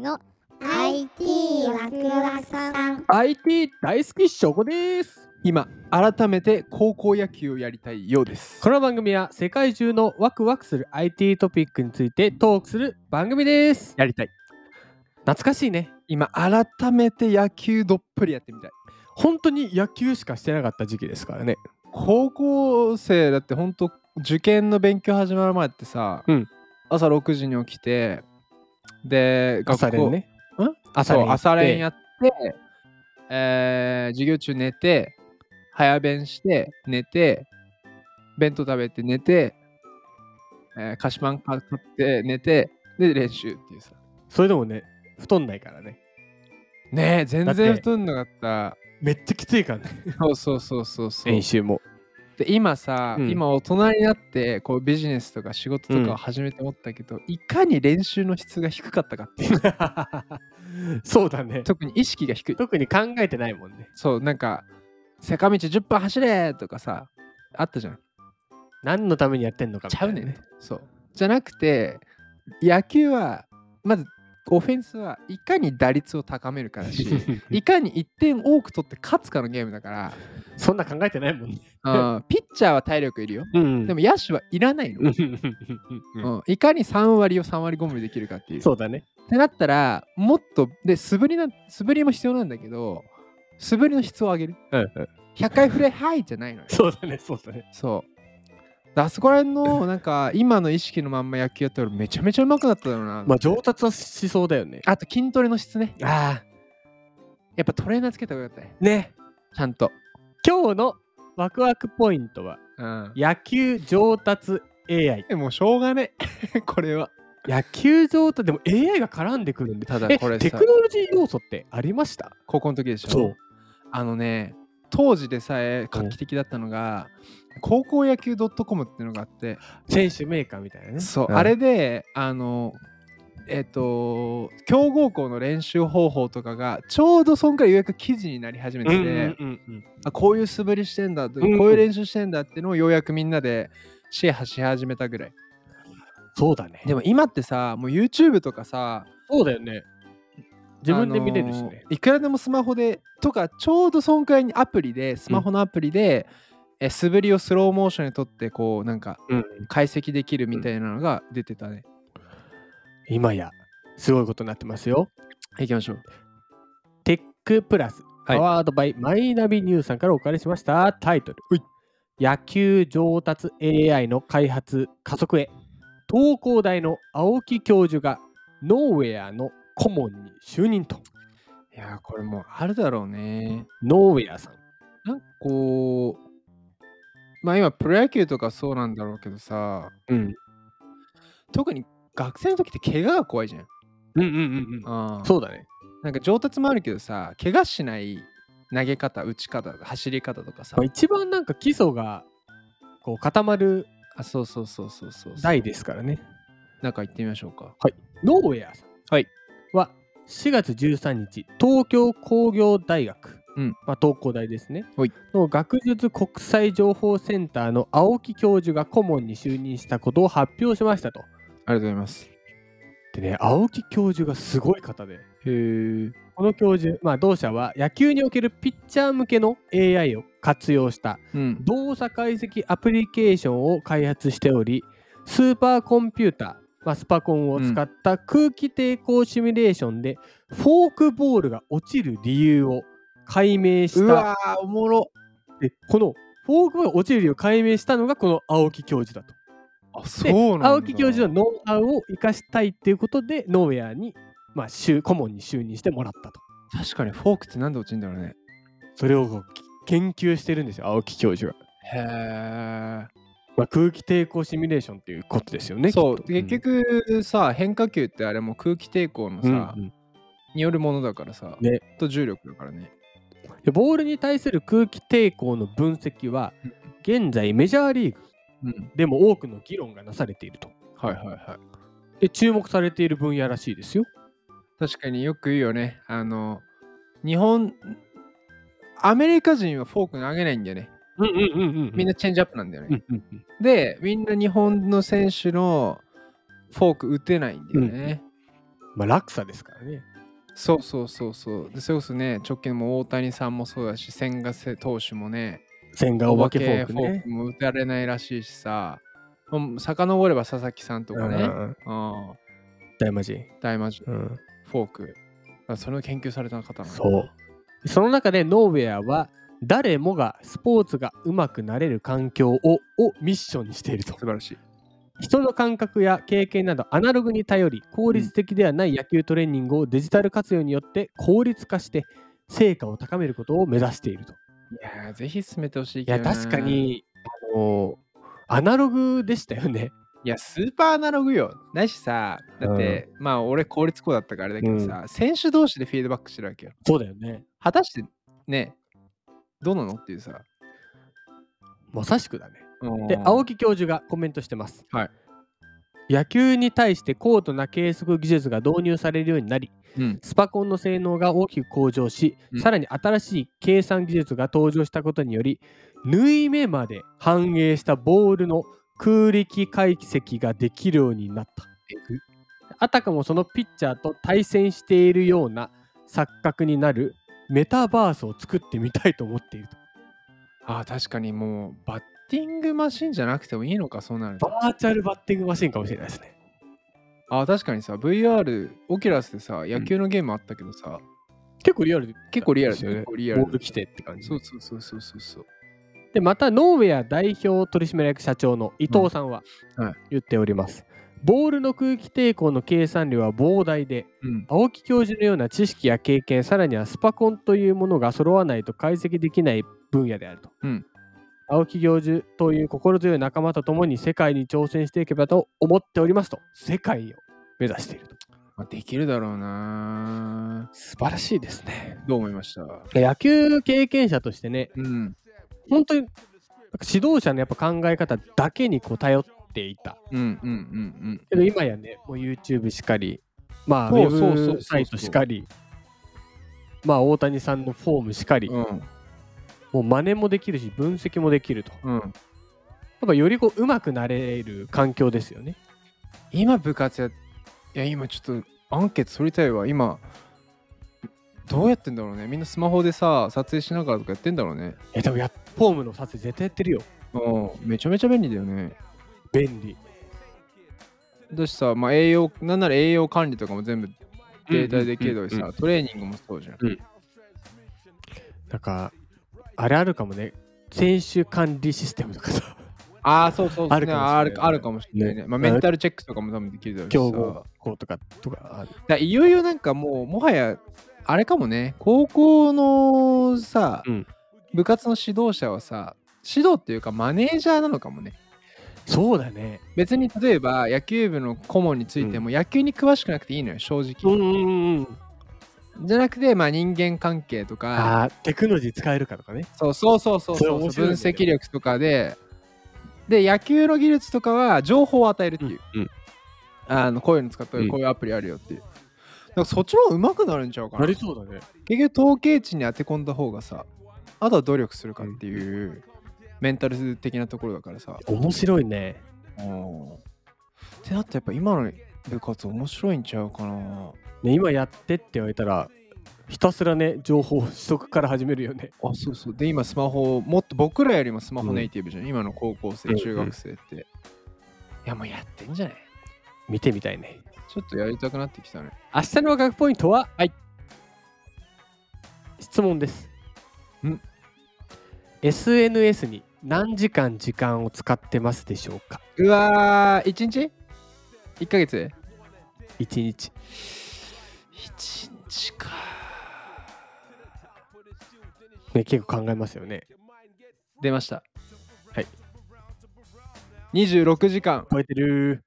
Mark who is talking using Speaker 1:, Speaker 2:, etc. Speaker 1: の
Speaker 2: IT ワクワクさん
Speaker 3: IT 大好きしょこです
Speaker 4: 今改めて高校野球をやりたいようです
Speaker 3: この番組は世界中のワクワクする IT トピックについてトークする番組です
Speaker 4: やりたい
Speaker 3: 懐かしいね
Speaker 4: 今改めて野球どっぷりやってみたい
Speaker 3: 本当に野球しかしてなかった時期ですからね
Speaker 4: 高校生だって本当受験の勉強始まる前ってさ、
Speaker 3: うん
Speaker 4: 朝6時に起きてで学校
Speaker 3: 朝練ね
Speaker 4: ん
Speaker 3: 朝
Speaker 4: 朝
Speaker 3: 練
Speaker 4: 練朝練や
Speaker 3: っ
Speaker 4: って、えー授業中寝て早弁して寝て弁当食べて寝て、えー菓子パン買って寝てで練習っていうさ
Speaker 3: それでもね太んないからね
Speaker 4: ねえ全
Speaker 3: だって
Speaker 4: 然太んなかった
Speaker 3: めっちゃきついからね
Speaker 4: そうそうそうそうそう
Speaker 3: 練習も
Speaker 4: で今さ、
Speaker 3: うん
Speaker 4: 今大人になってこうビジネスとか仕事とかを始めて思ったけど、いかに練習の質が低かったかっていう
Speaker 3: そうだね
Speaker 4: 特に意識が低い
Speaker 3: 特に考えてないもんね
Speaker 4: そうなんか坂道10分走れとかさあったじゃん
Speaker 3: 何のためにやってんのかみ
Speaker 4: ち
Speaker 3: た
Speaker 4: ゃ
Speaker 3: いうな
Speaker 4: ねんってそうじゃなくて野球はまずオフェンスはいかに打率を高めるかだし いかに1点多く取って勝つかのゲームだから
Speaker 3: そんな考えてないもんね
Speaker 4: あーピッチャーは体力いるよ
Speaker 3: うん
Speaker 4: でも野手はいらないの、うん、いかに3割を3割5分できるかっていう
Speaker 3: そうだね
Speaker 4: ってなったらもっとで素振りな素振りも必要なんだけど素振りの質を上げる100回振れはいじゃないのよ
Speaker 3: そうだねそうだね
Speaker 4: そうだからあそこら辺のなんか今の意識のまんま野球やったらめちゃめちゃうまくなっただろうな、
Speaker 3: まあ上達はしそうだよね
Speaker 4: あと筋トレの質ね
Speaker 3: あ
Speaker 4: やっぱトレーナーつけた方がよかったね
Speaker 3: あね
Speaker 4: ちゃんと、
Speaker 3: 今日のワクワクポイントは
Speaker 4: うん、
Speaker 3: 野球上達 AI
Speaker 4: もうしょうがねえ これは
Speaker 3: 野球上達でも AI が絡んでくるんで
Speaker 4: ただ
Speaker 3: え
Speaker 4: これ
Speaker 3: テ
Speaker 4: さ
Speaker 3: クノロジー要素ってありました
Speaker 4: 高校の時でしょあのね当時でさえ画期的だったのが高校野球 .com っていうのがあって
Speaker 3: 選手メーカーみたいなね
Speaker 4: そう、
Speaker 3: ん
Speaker 4: あれであのえっ、と強豪校の練習方法とかがちょうどそんくらいようやく記事になり始めて
Speaker 3: うん
Speaker 4: て、
Speaker 3: うんうんうん
Speaker 4: あこういう素振りしてんだと、
Speaker 3: うん
Speaker 4: こういう練習してんだってのをようやくみんなでシェアし始めたぐらい
Speaker 3: そうだね
Speaker 4: でも今ってさもう YouTube とかさ
Speaker 3: そうだよね自分で見れるしね
Speaker 4: あのいくらでもスマホでとかちょうどそんくらいにアプリでスマホのアプリで、え素振りをスローモーションにとってこうなんか
Speaker 3: うん
Speaker 4: 解析できるみたいなのが出てたね、
Speaker 3: 今やすごいことになってますよ
Speaker 4: 行きましょう
Speaker 3: テックプラス、
Speaker 4: はい
Speaker 3: パワードバイマイナビニュースさんからお借りしましたタイトル、野球上達 AI の開発加速へ東工大の青木教授がノーウェアの顧問に就任と
Speaker 4: いやーこれもうあるだろうね。
Speaker 3: ノーウェアさん
Speaker 4: なんかこうまあ今プロ野球とかそうなんだろうけどさ
Speaker 3: うん
Speaker 4: 特に学生の時って怪我が怖いじゃん。
Speaker 3: うんうんうん
Speaker 4: あ
Speaker 3: そうだね
Speaker 4: なんか上達もあるけどさ怪我しない投げ方打ち方走り方とかさ。
Speaker 3: 一番なんか基礎がこう固まる
Speaker 4: あそうそうそうそうそうそう。
Speaker 3: 台ですからね
Speaker 4: なんか行ってみましょうか。
Speaker 3: ノーウェアさん
Speaker 4: はい
Speaker 3: は4月13日、東京工業大学、
Speaker 4: うん
Speaker 3: まあ、東工大ですね、
Speaker 4: はい
Speaker 3: の学術国際情報センターの青木教授が顧問に就任したことを発表しましたと。
Speaker 4: ありがとうございます。
Speaker 3: でね、青木教授がすごい方で、
Speaker 4: へえ。
Speaker 3: この教授、まあ、同社は野球におけるピッチャー向けの AI を活用した
Speaker 4: うん。
Speaker 3: 動作解析アプリケーションを開発しておりスーパーコンピューター、まあ、スパコンを使った空気抵抗シミュレーションで、フォークボールが落ちる理由を解明し
Speaker 4: う
Speaker 3: た
Speaker 4: わーおもろ
Speaker 3: でこのフォークボールが落ちる理由を解明したのがこの青木教授だと。
Speaker 4: あ
Speaker 3: で
Speaker 4: そうなんだ。
Speaker 3: 青木教授のノウハウを生かしたいっていうことでノーウェアに、まあ、就顧問に就任してもらったと。
Speaker 4: 確かにフォークってなんで落ちるんだろうね。
Speaker 3: それをこう研究してるんですよ青木教授が。
Speaker 4: へえ。
Speaker 3: まあ、空気抵抗シミュレーションっていうことですよね。
Speaker 4: そう
Speaker 3: きっと
Speaker 4: 結、局さ変化球ってあれも空気抵抗の
Speaker 3: うん
Speaker 4: さ、
Speaker 3: うん
Speaker 4: によるものだからさ、
Speaker 3: ね
Speaker 4: と重力だからね
Speaker 3: でボールに対する空気抵抗の分析は現在メジャーリーグ
Speaker 4: うん
Speaker 3: でも多くの議論がなされていると
Speaker 4: はいはいはい
Speaker 3: で注目されている分野らしいですよ
Speaker 4: 確かによく言うよねあの日本アメリカ人はフォーク投げないんだよね
Speaker 3: うんうんうんうん
Speaker 4: みんなチェンジアップなんだよね、
Speaker 3: うんうん
Speaker 4: でみんな日本の選手のフォーク打てないんだよね、
Speaker 3: まあ、落差ですからね。
Speaker 4: そうそうそうそう。で、それこそね、直近も大谷さんもそうだし、千賀せ投手もね、
Speaker 3: 千賀お化けフォーク
Speaker 4: お化け
Speaker 3: ね。
Speaker 4: も打たれないらしいしさ、うん遡れば佐々木さんとかね、
Speaker 3: うんうんうん
Speaker 4: うん
Speaker 3: 大魔神。
Speaker 4: 大魔神、
Speaker 3: うん。
Speaker 4: フォーク。あそれを研究された方なの
Speaker 3: そう。その中でノーウェアは誰もがスポーツが上手くなれる環境ををミッションにしていると
Speaker 4: 素。晴らしい。
Speaker 3: 人の感覚や経験などアナログに頼り効率的ではない野球トレーニングをデジタル活用によって効率化して成果を高めることを目指していると。
Speaker 4: いやーぜひ進めてほしい
Speaker 3: い
Speaker 4: けど
Speaker 3: や
Speaker 4: な
Speaker 3: 確か。にあのアナログでしたよね。
Speaker 4: いや、スーパーアナログよ。ないしさ、だって、まあ俺、公立校だったからあれだけどさ、選手同士でフィードバックしてるわけよ。
Speaker 3: そうだよね。
Speaker 4: 果たしてね、どうなのっていうさ。
Speaker 3: まさしくだね。で
Speaker 4: うん
Speaker 3: 青木教授がコメントしてます、
Speaker 4: はい
Speaker 3: 野球に対して高度な計測技術が導入されるようになり、
Speaker 4: うん
Speaker 3: スパコンの性能が大きく向上し、
Speaker 4: うん
Speaker 3: さらに新しい計算技術が登場したことにより縫い目まで反映したボールの空力解析ができるようになったあたかもそのピッチャーと対戦しているような錯覚になるメタバースを作ってみたいと思っていると
Speaker 4: ああ、確かにもう、バッティングマシンじゃなくてもいいのか、そうなると。
Speaker 3: バーチャルバッティングマシンかもしれないですね
Speaker 4: ああ、確かにさ、VR、オキュラスでさ、野球のゲームあったけどさ、
Speaker 3: 結構リアル
Speaker 4: 結構リアル
Speaker 3: です
Speaker 4: だよ
Speaker 3: よ
Speaker 4: ね
Speaker 3: ね。
Speaker 4: 結構リア
Speaker 3: ボ
Speaker 4: ル
Speaker 3: ール来てって感じ
Speaker 4: そうそうそうそうそうそう。
Speaker 3: でまたノーウェア代表取締役社長の伊藤さんは
Speaker 4: うんはい
Speaker 3: 言っております、ボールの空気抵抗の計算量は膨大で
Speaker 4: うん。
Speaker 3: 青木教授のような知識や経験さらにはスパコンというものが揃わないと解析できない分野であると、
Speaker 4: うん
Speaker 3: 青木教授という心強い仲間と共に世界に挑戦していけばと思っておりますと世界を目指していると
Speaker 4: まあ、できるだろうな。
Speaker 3: 素晴らしいですね
Speaker 4: どう思いました
Speaker 3: 野球経験者としてね
Speaker 4: うん。
Speaker 3: 本当になんか指導者のやっぱ考え方だけにこう頼っていた
Speaker 4: うんうんうんうん。
Speaker 3: けど今やねもう YouTube しかりまあウ
Speaker 4: そ
Speaker 3: ェ
Speaker 4: うそうそうそう
Speaker 3: ブサイトしかりまあ大谷さんのフォームしかり、
Speaker 4: うん
Speaker 3: もう真似もできるし分析もできるとや
Speaker 4: うん、
Speaker 3: っぱよりこう上手くなれる環境ですよね
Speaker 4: 今部活やいや今ちょっとアンケート取りたいわ今どうやってんだろうねみんなスマホでさ撮影しながらとかやってんだろうね
Speaker 3: えでもやフォームの撮影絶対やってるよ
Speaker 4: うんめちゃめちゃ便利だよね
Speaker 3: 便利
Speaker 4: だしさ、まあ、栄養なんなら栄養管理とかも全部データでできるし
Speaker 3: うんうんうん
Speaker 4: さトレーニングもそうじゃん
Speaker 3: なんかあれあるかもね選手管理システムとかさ
Speaker 4: ああそうそうそう
Speaker 3: あるかもしれない
Speaker 4: あるあるかもしれないね
Speaker 3: ね
Speaker 4: まあ、メンタルチェックとかも多分できるだろうし
Speaker 3: 強
Speaker 4: さ
Speaker 3: 豪校とかとかある
Speaker 4: だいよいよなんかもうもはやあれかもね高校のさ、
Speaker 3: うん
Speaker 4: 部活の指導者はさ指導っていうかマネージャーなのかもね
Speaker 3: そうだね
Speaker 4: 別に例えば野球部の顧問についても野球に詳しくなくていいのよ正
Speaker 3: うん
Speaker 4: 直、
Speaker 3: うんうんうん
Speaker 4: じゃなくてまあ人間関係とか
Speaker 3: あーテクノロジー使えるかとかね
Speaker 4: そうそうそうそう
Speaker 3: それ
Speaker 4: そう
Speaker 3: 面白い
Speaker 4: 分
Speaker 3: ね
Speaker 4: 析力とかでで野球の技術とかは情報を与えるっていう、
Speaker 3: うんうん
Speaker 4: あのこういうの使った
Speaker 3: う
Speaker 4: よ
Speaker 3: ん
Speaker 4: こういうアプリあるよっていう、だからそっちの方が上手くなるんちゃうかな
Speaker 3: なりそうだね
Speaker 4: 結局統計値に当て込んだ方がさあとは努力するかっていうメンタル的なところだからさ
Speaker 3: 面白いね
Speaker 4: うんってなったらやっぱ今の部活面白いんちゃうかな
Speaker 3: ね今やってって言われたらひたすらね情報取得から始めるよね
Speaker 4: あそうそうで今スマホもっと僕らよりもスマホネイティブじゃん、今の高校
Speaker 3: う
Speaker 4: 生
Speaker 3: んうん
Speaker 4: 中学生って、いやもうやってんじゃない
Speaker 3: 見てみたいね
Speaker 4: ちょっとやりたくなってきたね
Speaker 3: 明日の学ポイントははい質問です
Speaker 4: ん
Speaker 3: SNS に何時間時間を使ってますでしょうか
Speaker 4: うわー1日 ?1 ヶ月
Speaker 3: 1日
Speaker 4: ?1 日か
Speaker 3: ね結構考えますよね
Speaker 4: 出ました
Speaker 3: はい
Speaker 4: 26時間
Speaker 3: 超えてる